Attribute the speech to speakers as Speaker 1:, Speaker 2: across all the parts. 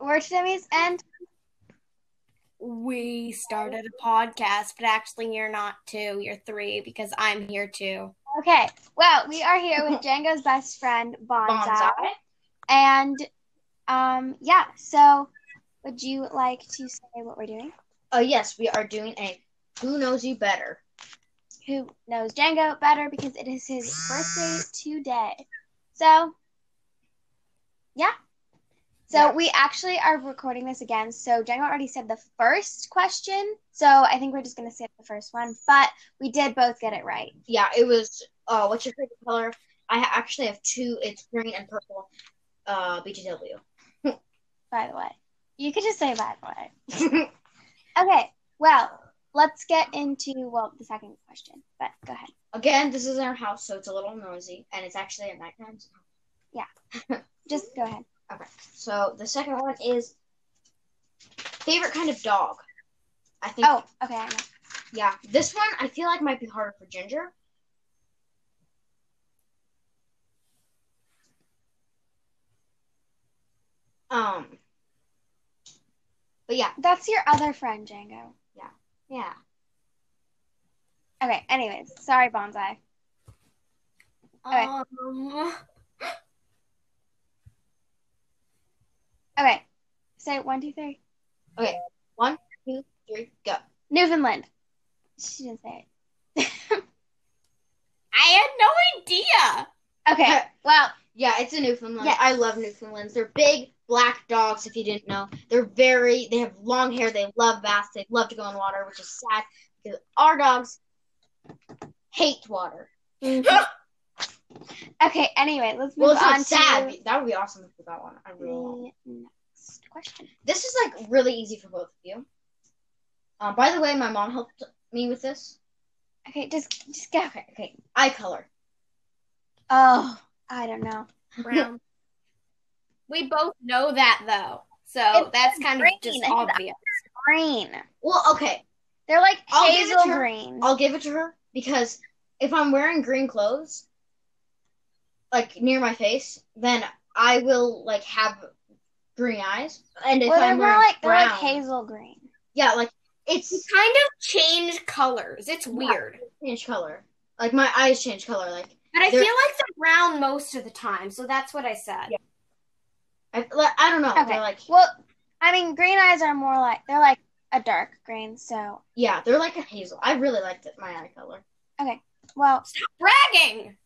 Speaker 1: Word series and
Speaker 2: we started a podcast, but actually you're not two, you're three because I'm here too.
Speaker 1: okay. Well, we are here with Django's best friend Bonsai, and um, yeah. So, would you like to say what we're doing?
Speaker 3: Oh yes, we are doing a Who Knows You Better.
Speaker 1: Who knows Django better because it is his birthday today. So, yeah. So
Speaker 3: Yeah.
Speaker 1: we actually are recording this again. So Django already said the first question. So I think we're just gonna say the first one, but we did both get it right.
Speaker 3: Yeah, it was. Uh, what's your favorite color? I ha- actually have two. It's green and purple. Uh, BGW.
Speaker 1: By the way, you could just say by the way. Okay. Well, let's get into well the second question. But go ahead.
Speaker 3: Again, this is our house, so it's a little noisy, and it's actually at nighttime. So.
Speaker 1: Just go ahead.
Speaker 3: So the second one is favorite kind of dog. I think.
Speaker 1: Oh, okay. I know.
Speaker 3: Yeah, this one I feel like might be harder for Ginger. Um. But yeah,
Speaker 1: That's your other friend, Django.
Speaker 3: yeah.
Speaker 1: Okay. Anyways, sorry, Bonsai. Okay.
Speaker 2: Um,
Speaker 1: Okay. Say one, two, three.
Speaker 3: Here we go.
Speaker 1: Newfoundland. She didn't say
Speaker 2: I had no idea.
Speaker 1: it. Okay. Well,
Speaker 3: Yeah, it's a Newfoundland.
Speaker 1: Yeah.
Speaker 3: I love Newfoundlands. They're big black dogs. If you didn't know, they're very. They have long hair. They love baths. They love to go in water, which is sad because our dogs hate water.
Speaker 1: okay. Anyway, let's move
Speaker 3: Mm-hmm. Well, it's
Speaker 1: on
Speaker 3: not sad.
Speaker 1: to
Speaker 3: That would be awesome if we got one. I really want one.
Speaker 1: the next question.
Speaker 3: This is like really easy for both of you. Um, by the way, my mom helped me with this.
Speaker 1: Okay. Just, just go.
Speaker 3: Okay, okay. Eye color.
Speaker 1: Oh, I don't know.
Speaker 2: Brown. we both know that though, so
Speaker 1: It's
Speaker 2: that's kind
Speaker 1: green.
Speaker 2: of just
Speaker 1: It's
Speaker 2: obvious.
Speaker 1: Green.
Speaker 3: Well, okay.
Speaker 1: They're like
Speaker 3: I'll give it
Speaker 1: hazel
Speaker 3: to her.
Speaker 1: green.
Speaker 3: Oh, I'll give it to her because if I'm wearing green clothes, like near my face, then I will like have green eyes. And if
Speaker 1: well, they're
Speaker 3: I'm
Speaker 1: more
Speaker 3: wearing
Speaker 1: like they're
Speaker 3: brown,
Speaker 1: like hazel green.
Speaker 3: yeah, like it's
Speaker 2: Kind of change colors. It's weird,
Speaker 3: change color. Like my eyes change color. Like
Speaker 2: but I
Speaker 3: They're-
Speaker 2: feel like they're brown most of the time, so that's what I said.
Speaker 3: Yeah. I, like, I don't know.
Speaker 1: Okay.
Speaker 3: They're like
Speaker 1: Well, I mean, green eyes are more like they're like a dark green. So,
Speaker 3: yeah, they're like a hazel. I really liked it, my eye color.
Speaker 1: well,
Speaker 2: Bragging.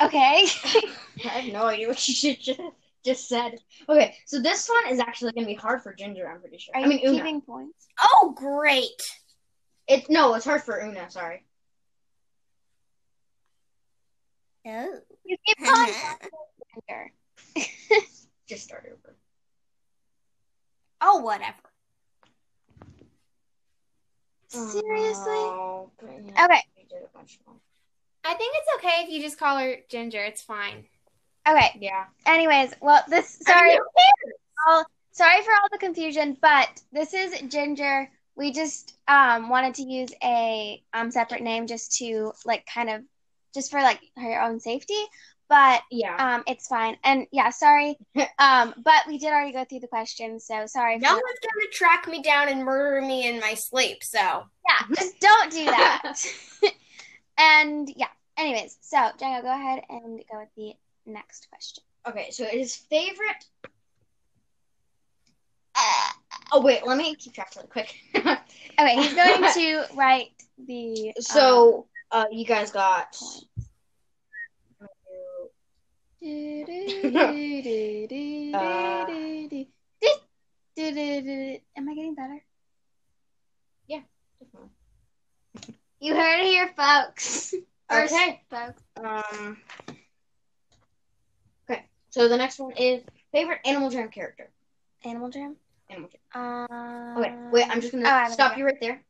Speaker 1: okay.
Speaker 3: I have no idea what you just, just said. Okay, so this one is actually going to be hard for Ginger, I'm pretty sure.
Speaker 1: Are
Speaker 3: I mean,
Speaker 1: you
Speaker 3: Una.
Speaker 1: keeping points?
Speaker 2: Oh, great.
Speaker 3: It, no, it's hard for Una, sorry.
Speaker 2: Oh.
Speaker 1: You keep points. Sure.
Speaker 3: Just start over.
Speaker 2: oh, whatever.
Speaker 1: Seriously?
Speaker 3: Oh, but yeah,
Speaker 1: Okay.
Speaker 3: we did a bunch wrong.
Speaker 2: I think it's okay if you just call her Ginger. It's fine.
Speaker 1: Okay.
Speaker 3: Yeah.
Speaker 1: Anyways, well, this sorry, sorry for all the confusion, but this is Ginger. We just um wanted to use a um separate name just to like kind of just for like her own safety, but
Speaker 3: Yeah.
Speaker 1: um it's fine. And yeah, sorry. Um, but we did already go through the questions, so sorry.
Speaker 2: No
Speaker 1: For,
Speaker 2: one's gonna track me down and murder me in my sleep, so
Speaker 1: yeah, just don't do that. and yeah. Anyways, so Django, go ahead and go with the next question.
Speaker 3: okay, so it is favorite. Uh, oh, wait, let me keep track really quick.
Speaker 1: Okay, he's going to write the. um,
Speaker 3: so, uh, you guys got.
Speaker 1: Uh, Am I getting better? You heard it here, folks. First,
Speaker 3: Okay.
Speaker 1: folks.
Speaker 3: Um. Okay, so the next one is favorite Animal Jam character.
Speaker 1: Animal Jam.
Speaker 3: Animal Jam.
Speaker 1: Um,
Speaker 3: Okay, wait, I'm just gonna
Speaker 1: oh, I have an
Speaker 3: stop
Speaker 1: idea.
Speaker 3: you right there.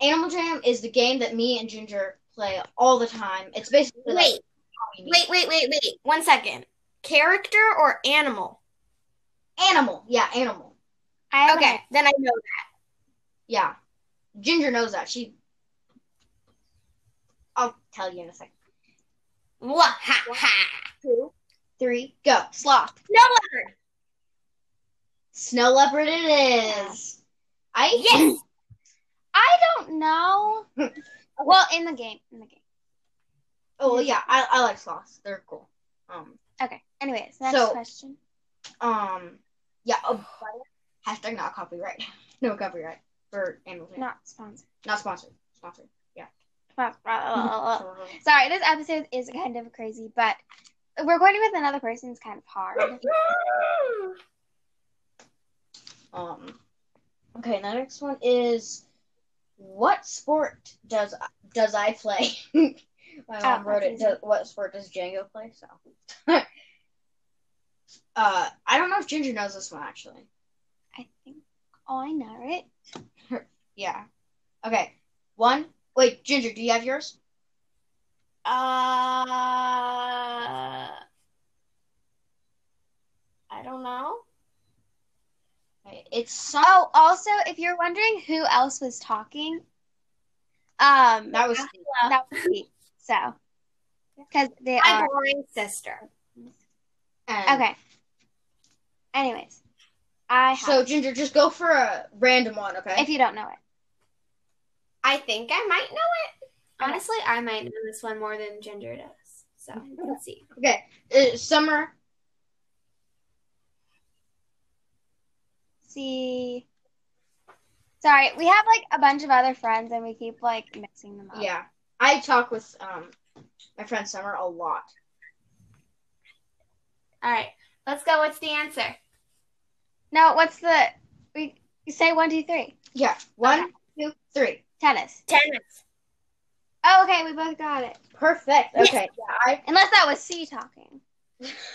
Speaker 3: Animal Jam is the game that me and Ginger play all the time. It's basically like
Speaker 2: wait,
Speaker 3: how we meet.
Speaker 2: wait, wait, wait, wait. One second. Character or animal?
Speaker 3: animal, yeah, animal,
Speaker 1: I have an
Speaker 2: Okay, then I know
Speaker 3: yeah. Ginger knows that. She, I'll tell you in a second.
Speaker 2: that. Wah, ha, ha.
Speaker 3: two, three, go. Sloth.
Speaker 2: No leopard.
Speaker 3: Snow leopard it is. I
Speaker 2: Yes.
Speaker 1: I don't know. well, in the game, in the game.
Speaker 3: Oh well, yeah, I, I like sloths. They're cool. Um
Speaker 1: Okay. Anyways, next
Speaker 3: So-
Speaker 1: question.
Speaker 3: um yeah. Oh, hashtag not copyright. No copyright for animal. Jam.
Speaker 1: Not sponsored.
Speaker 3: not sponsored. Sponsored. Uh,
Speaker 1: Sorry, this episode is kind of crazy, but we're going with another person. It's kind of hard.
Speaker 3: Um, okay, the next one is what sport does does I play? My mom
Speaker 1: Oh,
Speaker 3: wrote it.
Speaker 1: that's
Speaker 3: Does, what sport does Django play? So, uh, I don't know if Ginger knows this one actually.
Speaker 1: I think. Oh, I know it.
Speaker 3: Yeah. Okay. One. Wait, Ginger, do you have yours?
Speaker 2: Uh, I don't know.
Speaker 3: Okay, It's some.
Speaker 1: Oh, also, if you're wondering who else was talking, um,
Speaker 3: that was.
Speaker 1: that was me. So, because they
Speaker 2: My
Speaker 1: are
Speaker 2: boring sister.
Speaker 3: and-
Speaker 1: okay. Anyways, I have,
Speaker 3: So Ginger, just go for a random one, okay?
Speaker 1: if you don't know it,
Speaker 2: I think I might know it. Honestly, I might know this one more than Ginger does. So let's see.
Speaker 3: okay. Uh, summer.
Speaker 1: see. Sorry, we have like a bunch of other friends, and we keep like mixing them up.
Speaker 3: Yeah, I talk with um my friend Summer a lot.
Speaker 2: All right, let's go. What's the answer?
Speaker 1: No, what's the we you say one, two, three.
Speaker 3: Yeah, one, two, three.
Speaker 1: Tennis.
Speaker 2: Tennis.
Speaker 1: Oh, okay, we both got it.
Speaker 3: Perfect. Okay. Yeah,
Speaker 1: Unless that was C talking.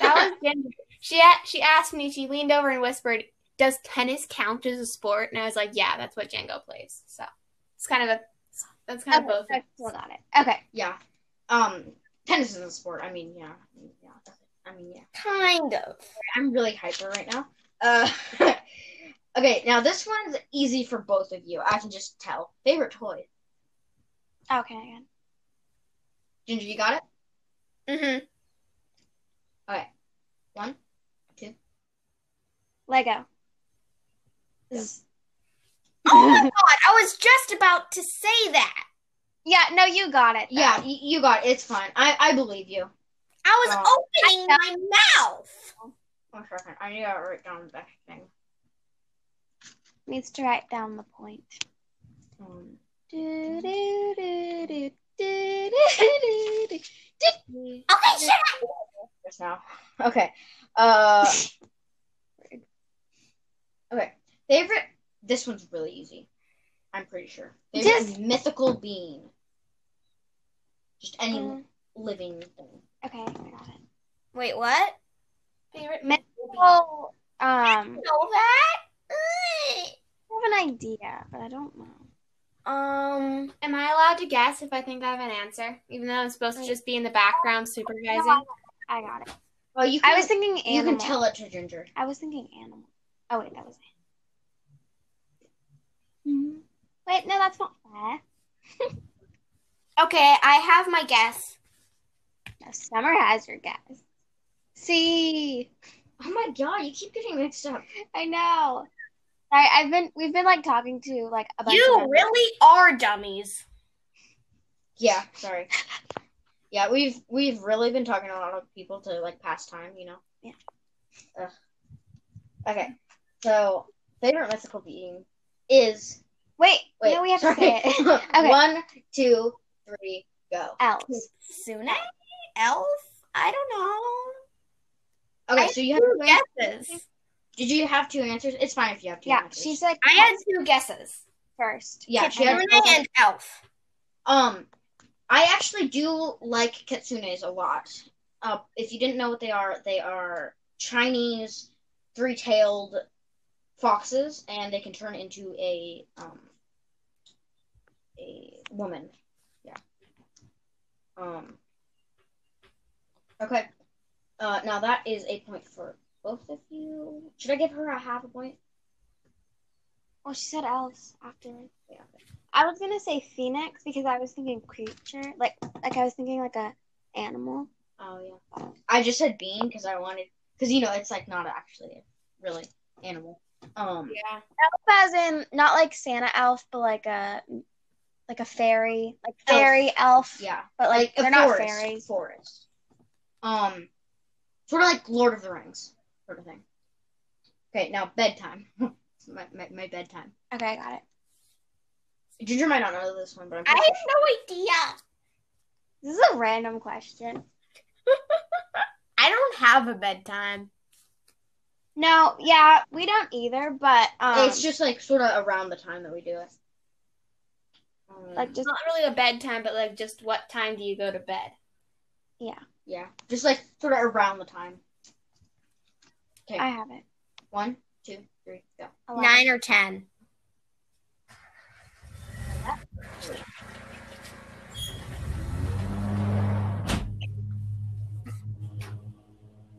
Speaker 2: That was Ginger. She a- she asked me. She leaned over and whispered, "Does tennis count as a sport?" And I was like, "Yeah, that's what Django plays." So it's kind of a that's
Speaker 1: Okay,
Speaker 2: kind of both.
Speaker 1: so I still got it. Okay.
Speaker 3: yeah. Um, tennis is a sport. I mean, yeah, yeah. I mean, yeah.
Speaker 2: Kind of.
Speaker 3: I'm really hyper right now. Uh, okay. Now this one's easy for both of you. I can just tell. Favorite toy.
Speaker 1: Okay, again.
Speaker 3: Ginger, you got it.
Speaker 2: Mm-hmm.
Speaker 1: Lego.
Speaker 3: Z-
Speaker 2: Oh my god! I was just about to say that.
Speaker 1: Yeah, no, you got it. though.
Speaker 3: Yeah, y- you got it. It's fine. I I believe you.
Speaker 2: I was
Speaker 3: Oh.
Speaker 2: opening my mouth.
Speaker 3: One second. I need to write down that thing.
Speaker 1: Needs to write down the point.
Speaker 3: Um,
Speaker 1: Do, do, do, do, do, do, do, do.
Speaker 2: Okay, shut up.
Speaker 3: just now. Okay. Uh. okay. Favorite. This one's really easy. I'm pretty sure. Favorite
Speaker 1: Just-
Speaker 3: mythical being. Just any
Speaker 1: Um,
Speaker 3: living thing.
Speaker 1: Okay, I got it.
Speaker 2: Wait, what? Favorite
Speaker 1: Me-
Speaker 2: me-
Speaker 1: Oh, um,
Speaker 2: know that?
Speaker 1: I have an idea, but I don't know.
Speaker 2: Um, am I allowed to guess if I think I have an answer, even though I'm supposed to just be in the background supervising?
Speaker 1: No, I got it.
Speaker 3: Well, you. Can,
Speaker 1: I was thinking
Speaker 3: You
Speaker 1: animal.
Speaker 3: can tell it to Ginger.
Speaker 1: I was thinking animal. Oh wait, that was
Speaker 3: Mm-hmm.
Speaker 1: animal. Wait, no, that's not fair.
Speaker 2: Okay, I have my guess.
Speaker 1: No, Summer has your guess. See,
Speaker 3: Oh my god! You keep getting mixed up.
Speaker 1: I know. Sorry, I've been we've been like talking to like a bunch. of
Speaker 2: You
Speaker 1: them.
Speaker 2: really are dummies.
Speaker 3: Yeah. Sorry. Yeah, we've we've really been talking to a lot of people to like pass time, you know.
Speaker 1: Yeah.
Speaker 3: Ugh. Okay, so favorite mythical being is
Speaker 1: Wait,
Speaker 3: Wait,
Speaker 1: no, we have
Speaker 3: sorry.
Speaker 1: to say it. Okay.
Speaker 3: One, two, three, go.
Speaker 1: Elves.
Speaker 2: Sune? Elf? I don't know.
Speaker 3: Okay,
Speaker 2: I
Speaker 3: so you have
Speaker 2: Two
Speaker 3: two answers.
Speaker 2: guesses.
Speaker 3: Did you have two answers? It's fine if you have two
Speaker 1: Yeah,
Speaker 3: answers.
Speaker 1: she said
Speaker 2: I had two guesses.
Speaker 1: first.
Speaker 3: yeah, she
Speaker 1: Kitsune.
Speaker 3: had
Speaker 2: Sune and elf.
Speaker 3: um I actually do like kitsunes a lot. Uh, if you didn't know what they are, they are Chinese three-tailed foxes and they can turn into a um a woman. Yeah. Um Okay. Uh now that is a point for both of you. Should I give her a half a point?
Speaker 1: Well, she said elves afterwards.
Speaker 3: Yeah.
Speaker 1: I was gonna say phoenix because I was thinking creature, like like I was thinking like a animal.
Speaker 3: Um Oh yeah. I just said bean because I wanted because you know it's like not actually a really animal. Um.
Speaker 2: Yeah.
Speaker 1: Elf as in not like Santa elf, but like a like a fairy, like fairy elf.
Speaker 3: Yeah.
Speaker 1: But like,
Speaker 3: a
Speaker 1: they're not
Speaker 3: forest,
Speaker 1: fairies.
Speaker 3: Forest. Um. Sort of like Lord of the Rings sort of thing. Okay, now bedtime. my, my my bedtime.
Speaker 1: Okay, I got it.
Speaker 3: Ginger might not know this one, but I'm.
Speaker 2: I
Speaker 3: Pretty sure.
Speaker 2: have no idea.
Speaker 1: This is a random question.
Speaker 2: I don't have a bedtime.
Speaker 1: No, yeah, we don't either, but um,
Speaker 3: it's just like sort of around the time that we do it. Um,
Speaker 1: like just
Speaker 2: It's not really a bedtime, but like just what time do you go to bed?
Speaker 3: yeah, just like sort of around the time. Okay,
Speaker 1: I have it.
Speaker 3: one, two, three, go.
Speaker 1: I love
Speaker 2: Nine or ten.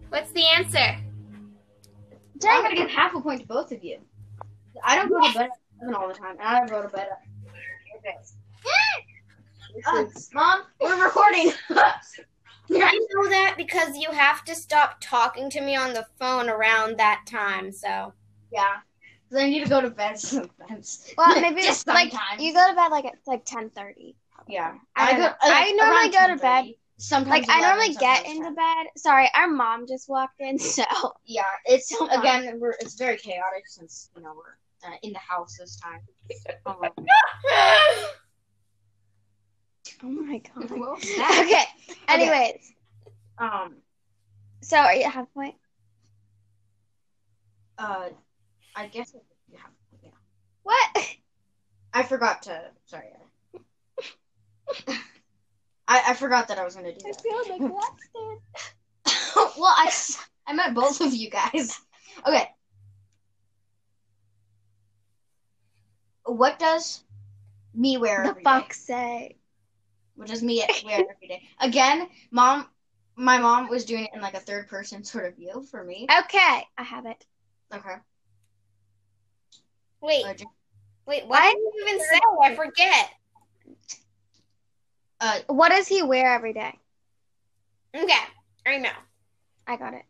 Speaker 2: What's the answer?
Speaker 1: it.
Speaker 3: I'm
Speaker 1: Dang,
Speaker 3: gonna give half a point to both of you. I don't go to bed at seven all the time, and I don't go to bed at six. Uh, Mom, we're recording.
Speaker 2: I know that because you have to stop talking to me on the phone around that time. So
Speaker 3: yeah, 'cause I need to go to bed sometimes.
Speaker 1: well, maybe
Speaker 3: Just
Speaker 1: it's like
Speaker 3: sometimes.
Speaker 1: you go to bed like at like ten thirty.
Speaker 3: yeah,
Speaker 1: I don't know. I
Speaker 3: around
Speaker 1: normally go to
Speaker 3: 10:30, Sometimes
Speaker 1: Like I
Speaker 3: 11,
Speaker 1: normally get
Speaker 3: sometimes
Speaker 1: into
Speaker 3: 10.
Speaker 1: bed. Sorry, our mom just walked in, so oh
Speaker 3: Yeah, it's
Speaker 1: Don't mind.
Speaker 3: again, we're, it's very chaotic since you know we're uh, in the house this time. Um,
Speaker 1: oh my god.
Speaker 3: what was that?
Speaker 1: okay. Anyways,
Speaker 3: um,
Speaker 1: so are you at half point?
Speaker 3: uh, I guess yeah, yeah.
Speaker 1: What?
Speaker 3: I forgot to. Sorry. I, I forgot that I was gonna do
Speaker 1: I
Speaker 3: that.
Speaker 1: feel neglected.
Speaker 3: well, I I met both of you guys. Okay. What does me wear
Speaker 1: the
Speaker 3: every day?
Speaker 1: fuck say?
Speaker 3: What does me wear every day? Again, mom. My mom was doing it in like a third person sort of view for me.
Speaker 1: Okay, I have it.
Speaker 3: Okay.
Speaker 2: wait,
Speaker 3: Uh, Jen-
Speaker 2: wait, what did you even say? I forget.
Speaker 3: Uh,
Speaker 1: What does he wear every day?
Speaker 2: Okay, I know.
Speaker 1: I got it.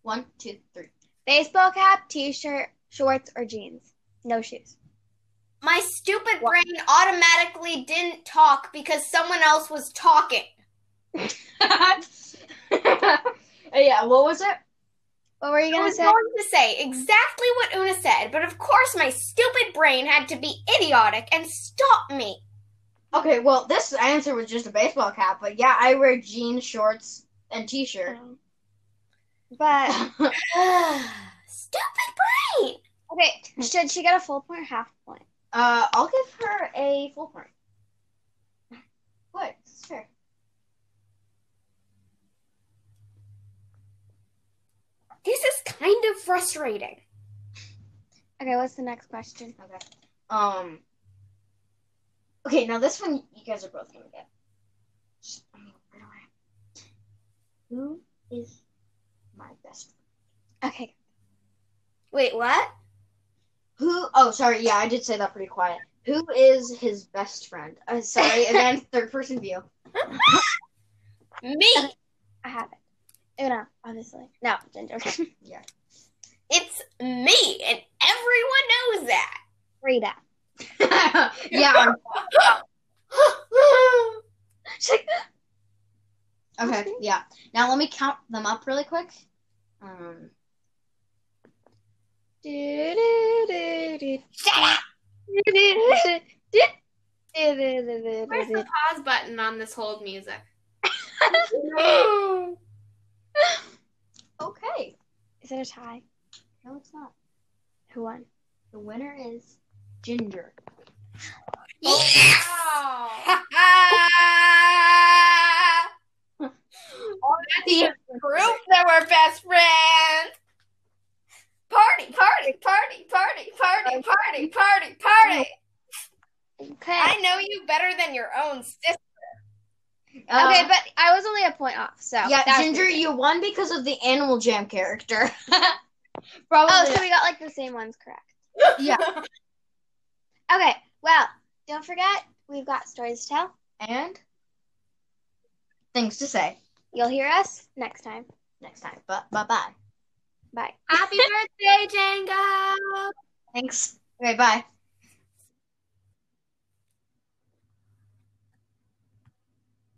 Speaker 3: one, two, three.
Speaker 1: Baseball cap, t-shirt, shorts, or jeans. No shoes.
Speaker 2: My stupid
Speaker 1: What?
Speaker 2: brain automatically didn't talk because someone else was talking.
Speaker 3: Uh, yeah. What was it?
Speaker 1: What were you
Speaker 2: I
Speaker 1: gonna
Speaker 2: was
Speaker 1: say?
Speaker 2: going to say exactly what Una said, but of course my stupid brain had to be idiotic and stop me.
Speaker 3: Okay, well, this answer was just a baseball cap, but yeah, I wear jeans, shorts, and t-shirt. Uh,
Speaker 1: Um, But
Speaker 2: stupid brain.
Speaker 1: okay, should she get a full point or half point?
Speaker 3: uh, I'll give her a full point. What? Sure.
Speaker 2: This is kind of frustrating.
Speaker 1: Okay, what's the next question?
Speaker 3: Okay. Um. Okay, now this one you guys are both gonna get. Just- I mean, where do I- Who is my best?
Speaker 1: Okay,
Speaker 2: Wait, what?
Speaker 3: Who? Oh, sorry. Yeah, I did say that pretty quiet. Who is his best friend? Uh, sorry again, third person view.
Speaker 2: Me.
Speaker 1: I have it. Una, obviously. No, Ginger.
Speaker 2: It's me, and everyone knows that.
Speaker 1: Rita.
Speaker 3: yeah. Okay, yeah. Now let me count them up really quick. Um,
Speaker 2: Shut up. Where's the
Speaker 1: Where's
Speaker 2: pause button on this hold music? No.
Speaker 3: okay.
Speaker 1: Is it a tie?
Speaker 3: No, it's not.
Speaker 1: Who won?
Speaker 3: The winner is Ginger.
Speaker 2: Yes!
Speaker 3: Wow.
Speaker 2: That's the group that were best friends. Party, party, party, party, party, party, party, party.
Speaker 1: Okay.
Speaker 2: I know you better than your own sister.
Speaker 1: Okay,
Speaker 3: Uh,
Speaker 1: but I was only a point off, so
Speaker 3: yeah,
Speaker 1: that's
Speaker 3: Ginger,
Speaker 1: good.
Speaker 3: you won because of the Animal Jam character. Probably.
Speaker 1: Oh, so we got like the same ones correct.
Speaker 3: Yeah.
Speaker 1: Okay, well, don't forget we've got stories to tell.
Speaker 3: and things to say.
Speaker 1: You'll hear us next time.
Speaker 3: next time. But bye bye.
Speaker 1: Bye.
Speaker 2: Happy birthday, Django!
Speaker 3: Thanks. Okay, bye.